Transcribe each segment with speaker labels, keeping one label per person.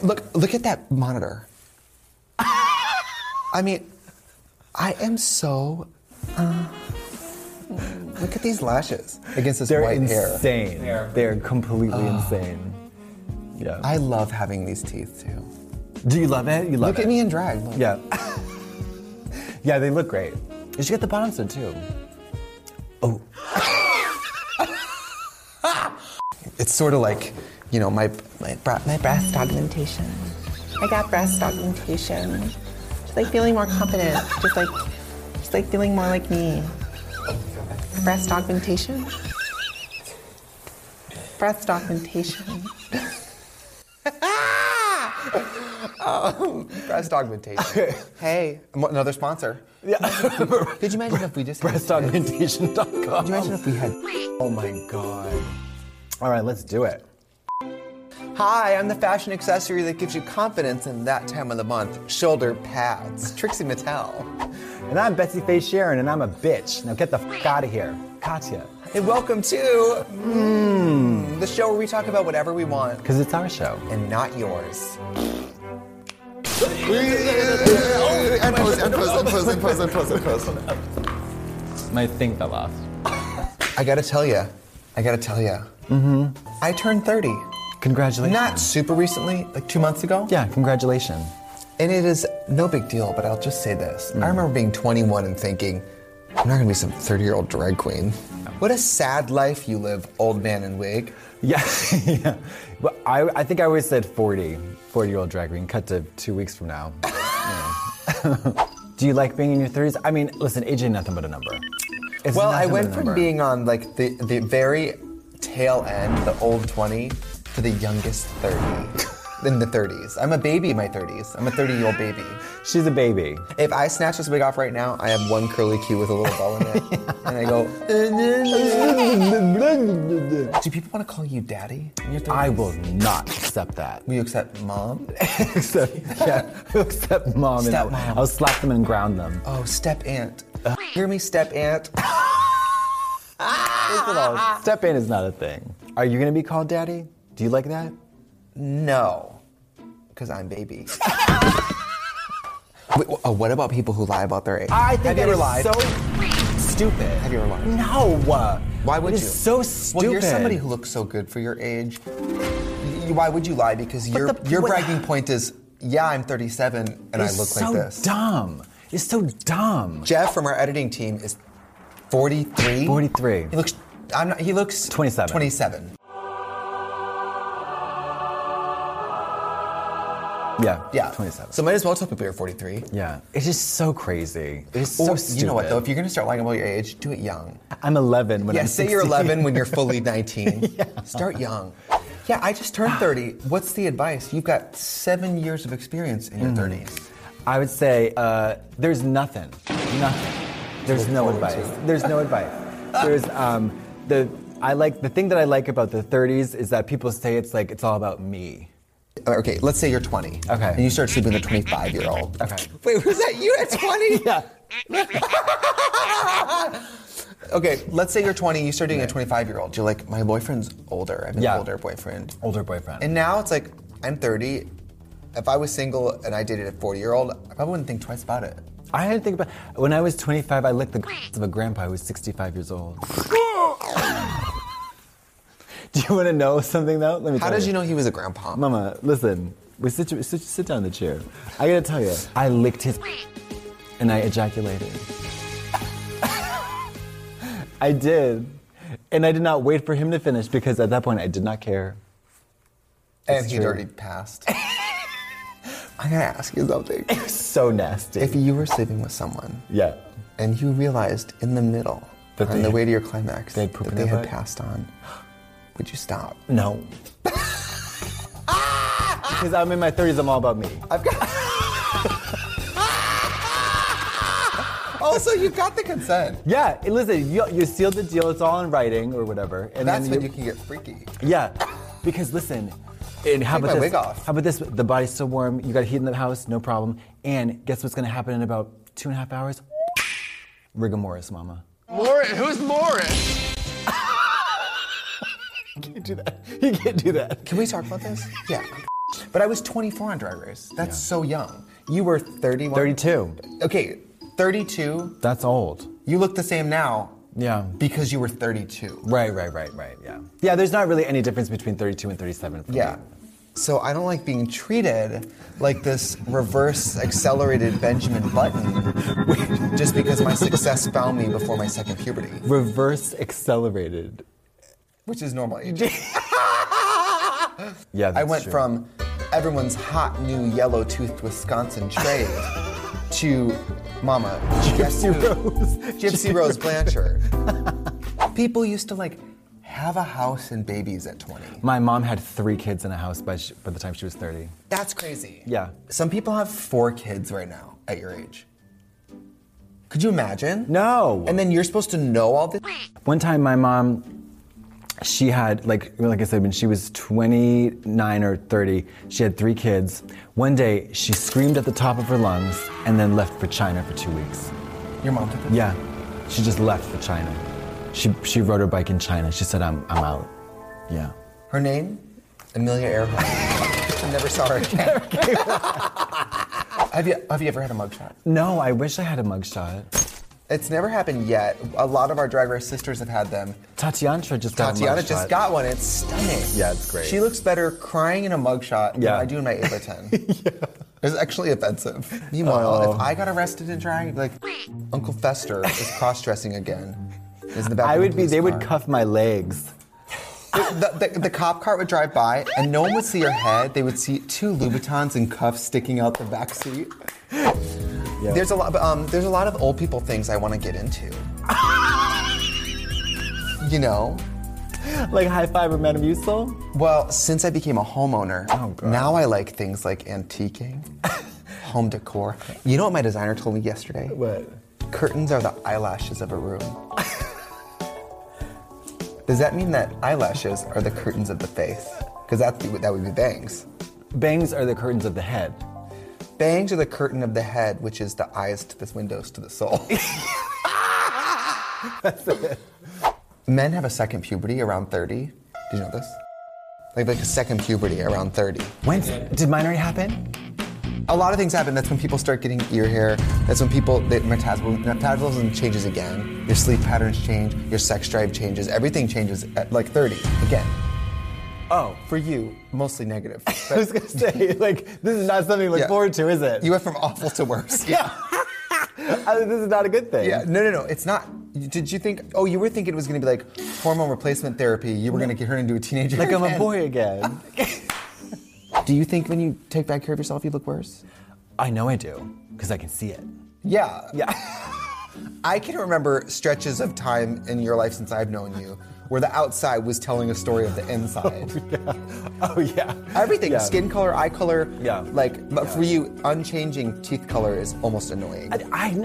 Speaker 1: Look, look at that monitor. I mean, I am so. Uh, look at these lashes against this
Speaker 2: They're
Speaker 1: white hair. Ah.
Speaker 2: insane. They're completely insane. Yeah.
Speaker 1: I love having these teeth too.
Speaker 2: Do you love it? You love
Speaker 1: Look
Speaker 2: it.
Speaker 1: at me in drag. Look.
Speaker 2: Yeah. yeah, they look great. You should get the bottoms done too. Oh,
Speaker 1: It's sort of like, you know, my my bra-
Speaker 3: my breast augmentation. I got breast augmentation. Just like feeling more confident. Just like just like feeling more like me. Breast augmentation. Breast augmentation.
Speaker 1: breast augmentation. hey, mo- another sponsor. Yeah. Could you imagine if we just had-
Speaker 2: breastaugmentation.com.
Speaker 1: Could you imagine if we had?
Speaker 2: Oh my god. All right, let's do it.
Speaker 1: Hi, I'm the fashion accessory that gives you confidence in that time of the month. Shoulder pads, Trixie Mattel.
Speaker 2: And I'm Betsy Faye Sharon, and I'm a bitch. Now get the f out of here, Katya,
Speaker 1: And welcome to mm, the show where we talk about whatever we want
Speaker 2: because it's our show.
Speaker 1: and not yours.
Speaker 4: And pose, and pose, and pose, and pose, and pose, and pose.
Speaker 5: My thing fell off.
Speaker 1: I gotta tell ya, I gotta tell ya. Mm-hmm. I turned 30.
Speaker 2: Congratulations.
Speaker 1: Not super recently, like two months ago.
Speaker 2: yeah, congratulations.
Speaker 1: And it is no big deal, but I'll just say this. I remember being 21 and thinking, I'm not gonna be some 30 year old drag queen. What a sad life you live, old man in wig.
Speaker 2: Yeah, yeah. But I, I think I always said 40, 40 year old drag queen. Cut to two weeks from now. You know. Do you like being in your 30s? I mean, listen, age ain't nothing but a number. It's
Speaker 1: Well, I
Speaker 2: nothing but
Speaker 1: went
Speaker 2: a
Speaker 1: from
Speaker 2: number.
Speaker 1: being on like the, the very tail end, the old 20, to the youngest 30 in the 30s. I'm a baby in my 30s. I'm a 30 year old baby.
Speaker 2: She's a baby.
Speaker 1: If I snatch this wig off right now, I have one curly Q with a little ball in it. And I go, Do people want to call you daddy? in your 30s?
Speaker 2: I will not accept that.
Speaker 1: Will you accept mom?
Speaker 2: Except, yeah, except mom. and I'll,
Speaker 1: Stepmom.
Speaker 2: I'll slap them and ground them.
Speaker 1: Oh, step aunt. Hear me, step aunt.
Speaker 2: First of all, step in is not a thing. Are you gonna be called daddy? Do you like that?
Speaker 1: No, because I'm baby. Wait, wh- uh, what about people who lie about their age?
Speaker 2: I
Speaker 1: Have
Speaker 2: think
Speaker 1: you
Speaker 2: that
Speaker 1: ever
Speaker 2: is
Speaker 1: lied?
Speaker 2: so stupid.
Speaker 1: Have you ever lied?
Speaker 2: No.
Speaker 1: Why would
Speaker 2: It is
Speaker 1: you?
Speaker 2: so stupid.
Speaker 1: Well, you're somebody who looks so good for your age. Y- Why would you lie? Because your
Speaker 2: the-
Speaker 1: your
Speaker 2: what-
Speaker 1: bragging point is, yeah, I'm 37 and I
Speaker 2: It's
Speaker 1: look
Speaker 2: so
Speaker 1: like this.
Speaker 2: dumb. It's so dumb.
Speaker 1: Jeff from our editing team is 43.
Speaker 2: 43.
Speaker 1: He looks. I'm not. He looks
Speaker 2: 27.
Speaker 1: 27.
Speaker 2: Yeah.
Speaker 1: Yeah.
Speaker 2: 27.
Speaker 1: So might as well tell people you're 43.
Speaker 2: yeah. It's just so crazy. It's so
Speaker 1: Or,
Speaker 2: stupid.
Speaker 1: you know what though? If you're gonna start lying about your age, do it young.
Speaker 2: I'm 11 when
Speaker 1: yeah,
Speaker 2: I'm
Speaker 1: say you're
Speaker 2: 16.
Speaker 1: 11 when you're fully 19. Start young. Yeah, I just turned 30. What's the advice? You've got seven years of experience in your
Speaker 2: Mm-hmm.
Speaker 1: 30s.
Speaker 2: I would say uh, there's nothing. Nothing. There's no
Speaker 1: forward
Speaker 2: advice.
Speaker 1: to.
Speaker 2: There's no advice. There's um, the I like the thing that I like about the 30s is that people say it's like it's all about me.
Speaker 1: Uh, Okay, let's say you're 20.
Speaker 2: Okay.
Speaker 1: And you start sleeping with a 25 year old.
Speaker 2: Okay.
Speaker 1: Wait, was that you at 20?
Speaker 2: Yeah.
Speaker 1: Okay, let's say you're 20, you start dating a 25 year old. You're like, my boyfriend's older. I'm an
Speaker 2: Yeah.
Speaker 1: older boyfriend.
Speaker 2: Older boyfriend.
Speaker 1: And now it's like, I'm 30. If I was single and I dated a 40 year old, I probably wouldn't think twice about it.
Speaker 2: I didn't think about when I was 25. I licked the of a grandpa who was 65 years old. Do you want to know something though? Let me.
Speaker 1: How
Speaker 2: tell
Speaker 1: did you know he was a grandpa?
Speaker 2: Mama? Listen, we sit, sit, sit down in the chair. I gotta tell you, I licked his and I ejaculated. I did, and I did not wait for him to finish because at that point I did not care.
Speaker 1: and
Speaker 2: It's
Speaker 1: he'd
Speaker 2: true.
Speaker 1: already passed. I gotta ask you something.
Speaker 2: So nasty.
Speaker 1: if you were sleeping with someone
Speaker 2: yeah.
Speaker 1: and you realized in the middle,
Speaker 2: That
Speaker 1: on
Speaker 2: they
Speaker 1: the
Speaker 2: had-
Speaker 1: way to your climax,
Speaker 2: they had
Speaker 1: that
Speaker 2: poop in
Speaker 1: they
Speaker 2: their
Speaker 1: had
Speaker 2: butt?
Speaker 1: passed on, would you stop?
Speaker 2: No. Because I'm in my 30s, I'm all about me.
Speaker 1: I've got. also, you got the consent.
Speaker 2: Yeah, and listen, you, you sealed the deal, it's all in writing or whatever. And
Speaker 1: That's
Speaker 2: then
Speaker 1: when you can get freaky.
Speaker 2: Yeah, because listen, and how
Speaker 1: Take my
Speaker 2: about this?
Speaker 1: wig off.
Speaker 2: How about this? The body's still warm, you got heat in the house, no problem. And guess what's gonna happen in about two and a half hours? Rigor mortis, mama.
Speaker 4: Morris, who's Morris?
Speaker 2: You can't do that.
Speaker 1: Can we talk about this? Yeah. But I was 24 on Drag Race. That's so young. You were 31.
Speaker 2: 32.
Speaker 1: Okay, 32.
Speaker 2: That's old.
Speaker 1: You look the same now
Speaker 2: Yeah.
Speaker 1: because you were 32.
Speaker 2: Right, right, right, right. Yeah. Yeah, there's not really any difference between 32 and 37 for
Speaker 1: Yeah.
Speaker 2: me.
Speaker 1: So I don't like being treated like this reverse accelerated Benjamin Button just because my success found me before my second puberty,
Speaker 2: Reverse accelerated.
Speaker 1: which is normal age.
Speaker 2: Yeah, that's
Speaker 1: I went
Speaker 2: true.
Speaker 1: from everyone's hot new yellow toothed Wisconsin trade to Mama Gypsy
Speaker 2: Rose.
Speaker 1: Gypsy Rose Blanchard. People used to like have a house and babies at 20.
Speaker 2: My mom had three kids in a house by, sh- by the time she was 30.
Speaker 1: That's crazy.
Speaker 2: Yeah.
Speaker 1: Some people have four kids right now at your age. Could you imagine?
Speaker 2: No.
Speaker 1: And then you're supposed to know all this.
Speaker 2: One time, my mom, she had like like I said, when she was 29 or 30, she had three kids. One day, she screamed at the top of her lungs and then left for China for two weeks.
Speaker 1: Your mom did this?
Speaker 2: Yeah, she just left for China. She she rode her bike in China. She said, "I'm I'm out." Yeah.
Speaker 1: Her name? Amelia Earhart. I never saw her again. have, you, have you ever had a mugshot?
Speaker 2: No, I wish I had a mugshot.
Speaker 1: It's never happened yet. A lot of our Drag Race sisters have had them.
Speaker 2: Tatiana just got a
Speaker 1: Tatiana
Speaker 2: mugshot.
Speaker 1: just got one. It's stunning.
Speaker 2: Yeah, it's great.
Speaker 1: She looks better crying in a mugshot than
Speaker 2: Yeah.
Speaker 1: I do in my 8 by 10 It's actually offensive. Meanwhile,
Speaker 2: Oh.
Speaker 1: if I got arrested in drag, I'd be like, Uncle Fester is cross dressing again. Is in the back
Speaker 2: I
Speaker 1: of the
Speaker 2: would be.
Speaker 1: police
Speaker 2: They
Speaker 1: car.
Speaker 2: would cuff my legs.
Speaker 1: The, the, the cop car would drive by, and no one would see her head. They would see two Louboutins and cuffs sticking out the back seat. There's a lot. but, Um, there's a lot of old people things I want to get into. you know.
Speaker 2: Like high fiber metamucil.
Speaker 1: Well, since I became a homeowner,
Speaker 2: Oh, God.
Speaker 1: now I like things like antiquing, home decor. You know what my designer told me yesterday?
Speaker 2: What?
Speaker 1: Curtains are the eyelashes of a room. Does that mean that eyelashes are the curtains of the face? Because that that would be bangs.
Speaker 2: Bangs are the curtains of the head.
Speaker 1: Bangs are the curtain of the head, which is the eyes to the windows to the soul. Men have a second puberty around 30. Did you know this? Like, like a second puberty around 30.
Speaker 2: When did mine already happen?
Speaker 1: a lot of things happen. That's when people start getting ear hair. That's when people their metabolism, metabolism changes again. Your sleep patterns change. Your sex drive changes. Everything changes at like 30 again.
Speaker 2: Oh,
Speaker 1: For you, mostly negative.
Speaker 2: I was gonna say, like, this is not something to look
Speaker 1: Yeah.
Speaker 2: forward to, is it?
Speaker 1: You went from awful to worse. Yeah.
Speaker 2: I mean, this is not a good thing.
Speaker 1: Yeah. No, no, no. It's not. You- Did you think? Oh, you were thinking it was going to be like hormone replacement therapy. You were going to get her into a teenager.
Speaker 2: Like I'm a
Speaker 1: again.
Speaker 2: boy again.
Speaker 1: Do you think when you take bad care of yourself, you look worse?
Speaker 2: I know I do, because I can see it.
Speaker 1: Yeah.
Speaker 2: Yeah.
Speaker 1: I can remember stretches of time in your life since I've known you where the outside was telling a story of the inside.
Speaker 2: Oh yeah.
Speaker 1: Everything,
Speaker 2: Yeah.
Speaker 1: skin color, eye color.
Speaker 2: Yeah.
Speaker 1: Like, but for you, unchanging teeth color is almost annoying.
Speaker 2: I,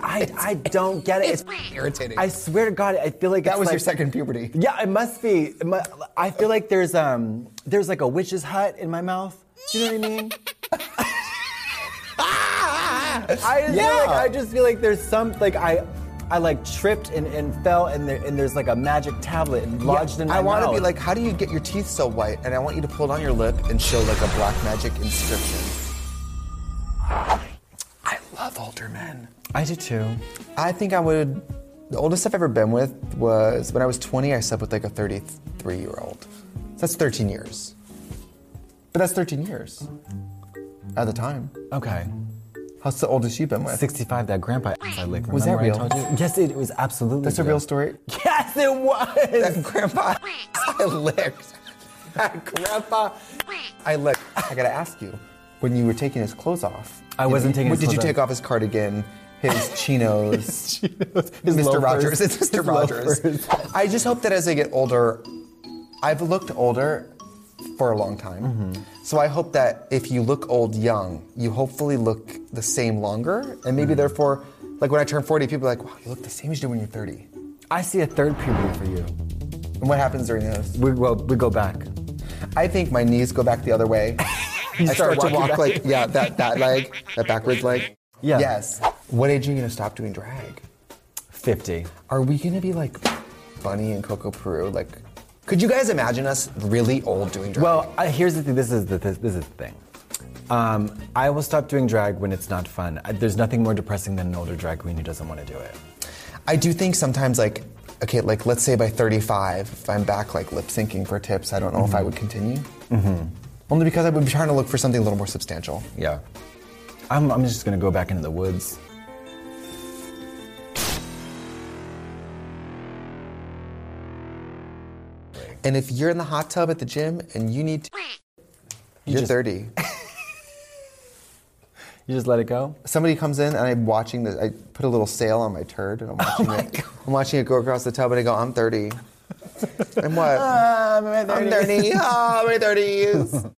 Speaker 2: I, I, I don't get it.
Speaker 1: it's irritating.
Speaker 2: I swear to God, I feel like
Speaker 1: that
Speaker 2: it's
Speaker 1: was your
Speaker 2: like-
Speaker 1: second puberty.
Speaker 2: Yeah, it must be. It mu- I feel like there's um there's like a witch's hut in my mouth. Do you know what I mean? I just feel like
Speaker 1: Yeah.
Speaker 2: I just feel like there's some like I I like tripped and, and fell and there and there's like a magic tablet lodged in my
Speaker 1: I want to
Speaker 2: mouth.
Speaker 1: be like, how do you get your teeth so white? And I want you to pull down your lip and show like a black magic inscription. I love older men.
Speaker 2: I do too.
Speaker 1: I think I would. The oldest I've ever been with was when I was 20. I slept with like a 33 year old. So that's 13 years. But that's 13 years at the time.
Speaker 2: Okay.
Speaker 1: How's the oldest you've been with?
Speaker 2: 65, that grandpa I like.
Speaker 1: Was that
Speaker 2: remember
Speaker 1: real?
Speaker 2: I told you? Yes, it was absolutely.
Speaker 1: That's a real story.
Speaker 2: Yes, it was.
Speaker 1: That grandpa, I licked. That grandpa, I licked. I gotta ask you, when you were taking his clothes off,
Speaker 2: I wasn't taking
Speaker 1: What
Speaker 2: his
Speaker 1: did you
Speaker 2: clothes
Speaker 1: take
Speaker 2: off.
Speaker 1: off his cardigan, his chinos,
Speaker 2: His
Speaker 1: Mr.
Speaker 2: loafers.
Speaker 1: Rogers. It's
Speaker 2: His
Speaker 1: Mr. Rogers.
Speaker 2: loafers.
Speaker 1: I just hope that as I get older, I've looked older for a long time.
Speaker 2: Mm-hmm.
Speaker 1: So I hope that if you look old young, you hopefully look the same longer. And
Speaker 2: Mm-hmm.
Speaker 1: maybe therefore, like when I turn 40, people are like, wow, you look the same as you do when you're 30.
Speaker 2: I see a third puberty for you.
Speaker 1: And what happens during those?
Speaker 2: We go, we go back.
Speaker 1: I think my knees go back the other way. I start,
Speaker 2: start
Speaker 1: to
Speaker 2: walking
Speaker 1: walk
Speaker 2: back.
Speaker 1: like, yeah, that, that leg, that backwards leg.
Speaker 2: Yeah.
Speaker 1: Yes. What age are you gonna stop doing drag?
Speaker 2: 50.
Speaker 1: Are we gonna be like Bunny and Coco Peru? Like, could you guys imagine us really old doing drag?
Speaker 2: Well, I, here's the thing. This is the this, this is the thing. Um, I will stop doing drag when it's not fun. I, there's nothing more depressing than an older drag queen who doesn't want to do it.
Speaker 1: I do think sometimes, like, okay, like let's say by 35, if I'm back like lip syncing for tips, I don't know if I would continue. Mm-hmm. Only because I would be trying to look for something a little more substantial.
Speaker 2: Yeah. I'm, I'm just gonna go back into the woods.
Speaker 1: And if you're in the hot tub at the gym and you need to, you're
Speaker 2: just-
Speaker 1: 30.
Speaker 2: You just let it go?
Speaker 1: Somebody comes in and I'm watching this. I put a little sail on my turd and I'm watching it. I'm watching it go across the tub and I go, I'm 30. I'm what?
Speaker 2: Um,
Speaker 1: I'm 30. Oh, my 30s.